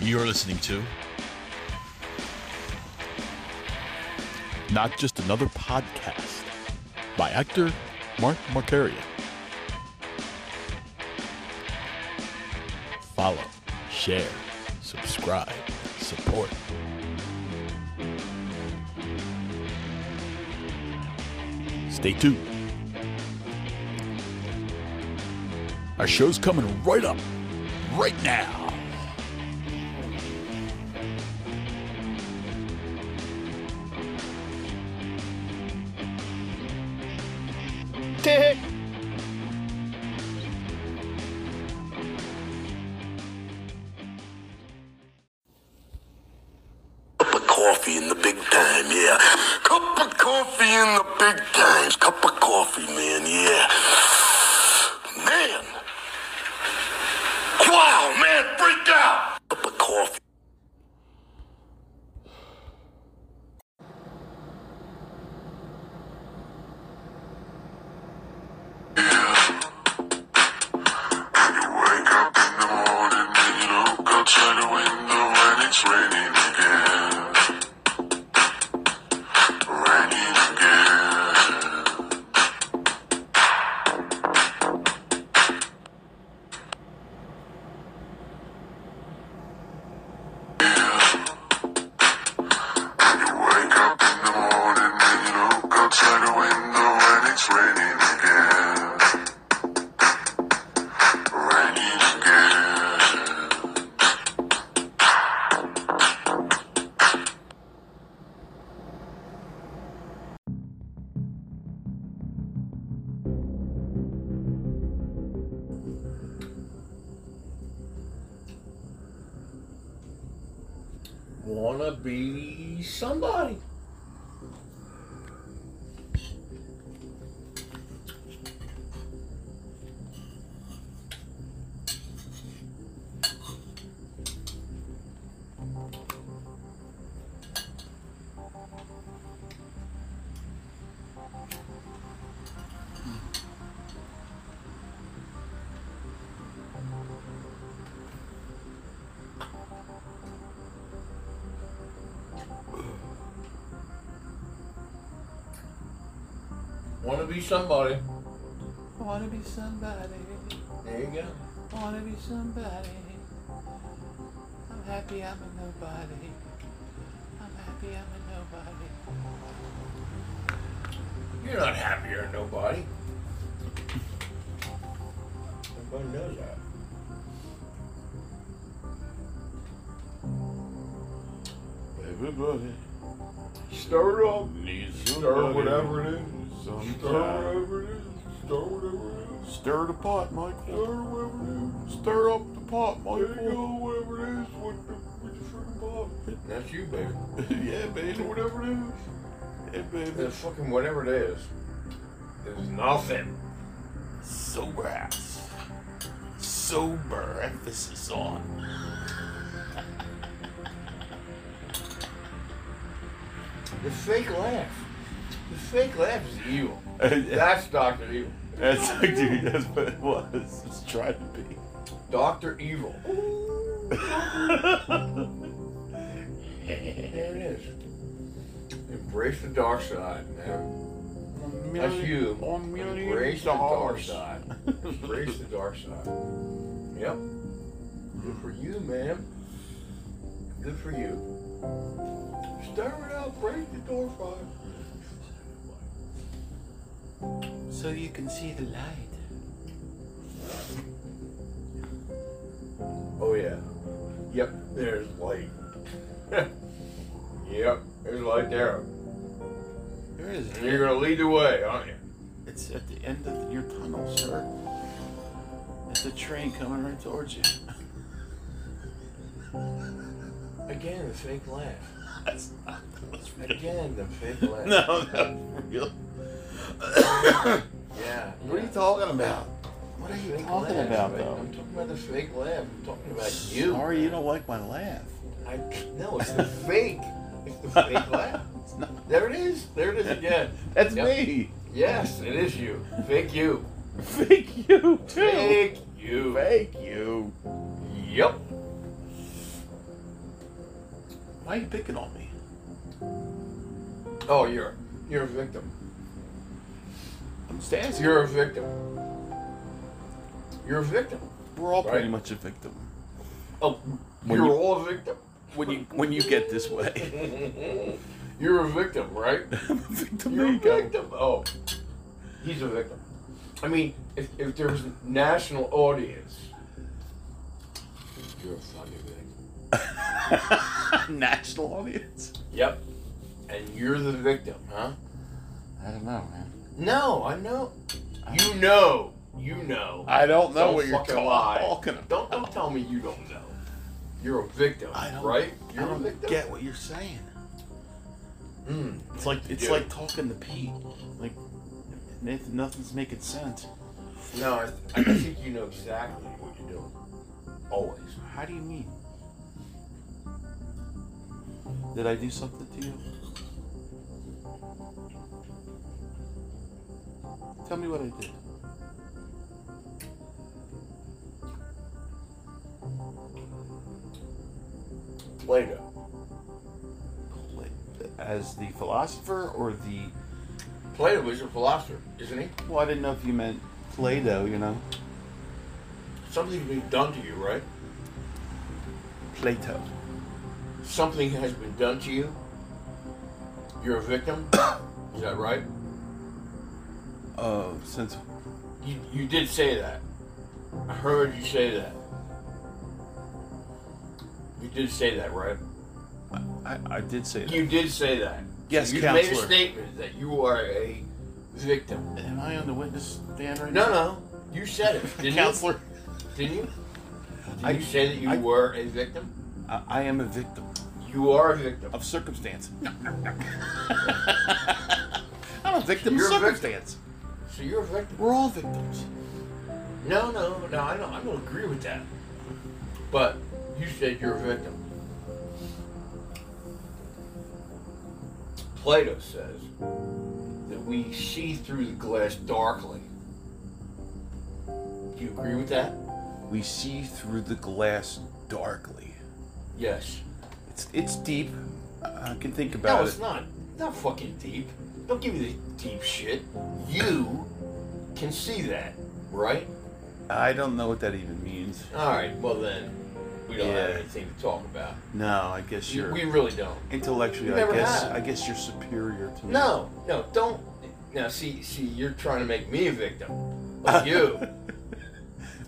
You're listening to Not Just Another Podcast by actor Mark Marcaria. Follow, share, subscribe, support. Stay tuned. Our show's coming right up, right now. Cup of coffee in the big time, yeah. Cup of coffee in the big times. Cup of coffee, man, yeah. Man. Wow, man, freak out. Cup of coffee. wanna be somebody. Wanna be somebody. Wanna be somebody, There you go. wanna be somebody. I'm happy I'm a nobody. I'm happy I'm a nobody. You're not happier than nobody. Everybody knows that. Everybody Stir it up. needs Stir whatever it is. Stir Sometime. whatever it is. Stir whatever it is. Stir the pot, Stir Michael. whatever it is. Stir up the pot, There you go, Michael. whatever it is with the, with the freaking pop. That's you, baby. yeah, baby. Whatever it is. Yeah, baby. That's fucking whatever it is. It's nothing. Sober ass. Sober emphasis on. The fake laugh. The fake laugh is evil. That's That's Dr. Evil. like, dude, that's what it was. It's trying to be. Dr. Evil. There it is. Embrace the dark side, man. That's you. On million Embrace the dark dollars. side. Embrace the dark side. Yep. Good for you, man. Good for you. Stir it up. Break the door fire. So you can see the light. Oh, yeah. Yep. There's light. yep. There's light there. There is. You're going to lead the way, aren't you? It's at the end of your tunnel, sir. It's a train coming right towards you. Again, the fake laugh. That's not. That's real. Again, the fake laugh. No, that's real. Yeah. What are you talking about? What are you talking about, though? I'm talking about the fake laugh. I'm talking about you. Sorry, you don't like my laugh. I, no, it's the fake. It's the fake laugh. It's not. There it is. There it is again. That's Yep. me. Yes, it is you. Fake you. Fake you too. Fake you. Fake you. Yep. Why are you picking on me? Oh, you're you're a victim. I'm just asking. You're a victim. You're a victim. We're all pretty Right. much a victim. Oh, When you're you- all a victim. When you when you get this way, You're a victim, right? I'm a victim. You're There a you go. victim. Oh, he's a victim. I mean, if, if there was a national audience, you're a fucking victim. National audience. Yep. And you're the victim, huh? I don't know, man. No, I know. You know. You know. I don't know Don't what you're fucking ta- lie. talking about. Don't don't tell me you don't know. You're a victim, I don't, right? I You're a don't victim. get what you're saying. Mm. Hmm, It's like it's Yeah. like talking to Pete. Like Nathan, nothing's making sense. No, I, I think you know exactly what you're doing. Always. How do you mean? Did I do something to you? Tell me what I did. Plato. Like, As the philosopher or the. Plato was a philosopher, isn't he? Well, I didn't know if you meant Play-Doh, you know? Something's been done to you, right? Plato. Something has been done to you. You're a victim. Is that right? Oh, since. You, you did say that. I heard you say that. You did say that, right? I, I did say that. You did say that. Yes, you made a counselor. statement that you are a victim. Am I on the witness stand right No, now? no, you said it. Didn't Counselor. you? Didn't you? Did I- you say that you I- were a victim? I, I am a victim You are a victim. of circumstance. I'm a victim You're a of victim. circumstance. So you're a victim. We're all victims. No, no, no. I don't. I don't agree with that. But you said you're a victim. Plato says that we see through the glass darkly. Do you agree with that? We see through the glass darkly. Yes. It's it's deep. I I can think about No, it. it's not. Not fucking deep. Don't give me the deep shit. You can see that, right? I don't know what that even means. All right. Well then, we don't have Yeah. anything to talk about. No, I guess you're We really don't. intellectually. We I never guess have. I guess you're superior to me. No, no, don't. Now, see, see, you're trying to make me a victim. Like you.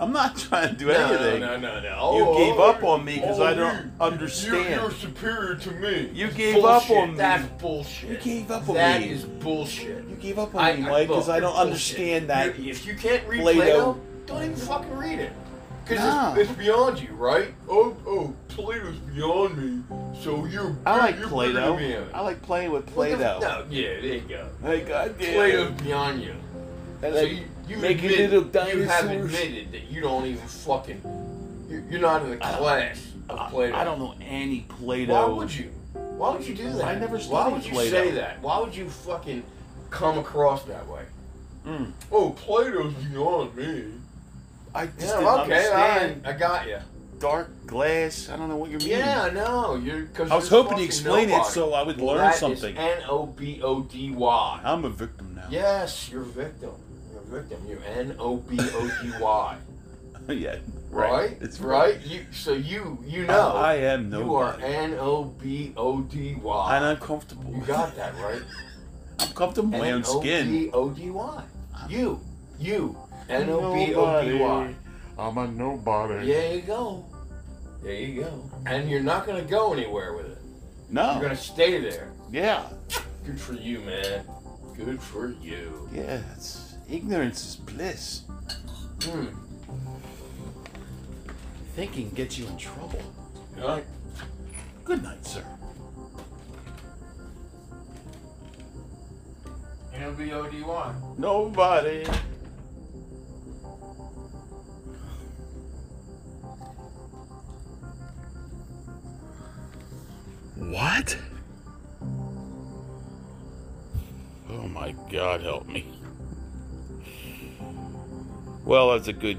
I'm not trying to do no, no, anything. no, no, You no. gave up on me 'cause I don't you- understand. You're, you're superior to me. You It's gave up bullshit. on me. That's bullshit. You gave up on That me. is bullshit. You gave up on me, Mike, look, because I you're don't bullshit. understand that. You're- if you can't read Plato- Plato, don't even fucking read it. Because Nah. it's, it's beyond you, right? Oh, oh, Plato's beyond me. So you're. I like you're Play-Doh. bigger than me. I like playing with What the f- Play-Doh. No, yeah, there you go. Like I did. Plato's beyond you. And So like, you, you making admitted- little You have dinosaurs. admitted that you don't even fucking. You're, you're not in the I don't- class of Plato. I, I don't know any Play-Doh. Why would you? Why would you do that? I never Why studied would you Plato. say that? Why would you fucking come across that way? Mm. Oh, Plato's beyond me. I just Yeah, didn't okay, all right, understand I got you. dark glass. I don't know what you're meaning. Yeah, I know. You're. Cause I was you're hoping fucking you explained it nobody. so I would Well, learn something. N O B O D Y. I'm a victim now. Yes, you're a victim. You're a victim. You're N O B O D Y. yeah. Right? It's right. You so you you know I am you are nobody. N O B O D Y. And I'm comfortable. You got that right. I'm comfortable in my own skin. N O D Y. You you N O B O D Y. I'm a nobody. There you go. There you go. And you're not gonna go anywhere with it. You're No. gonna stay there. yeah. Good for you, man. Good for you. Yeah. It's, ignorance is bliss. Hmm. Thinking gets you in trouble. All right. Good night, sir. N O B O D Y. Nobody. What? Oh my God, help me. Well, that's a good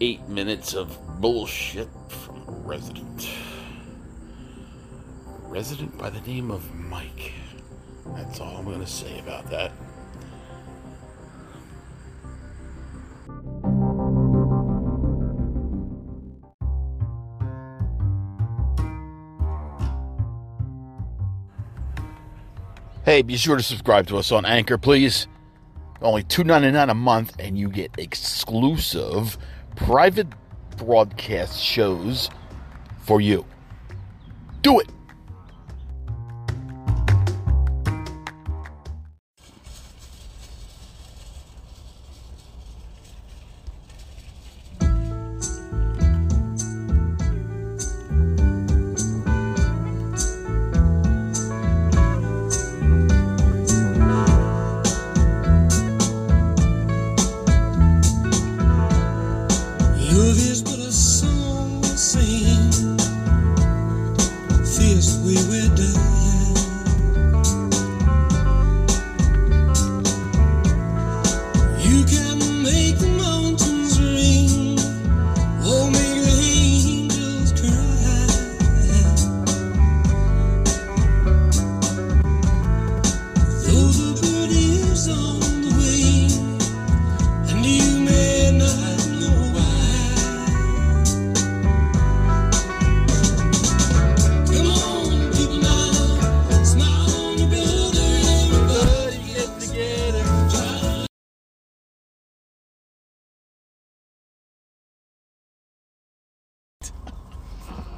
eight minutes of bullshit from a resident. resident by the name of Mike. That's all I'm going to say about that. Hey, be sure to subscribe to us on Anchor, please. Only $2.99 a month, and you get exclusive private broadcast shows for you. Do it!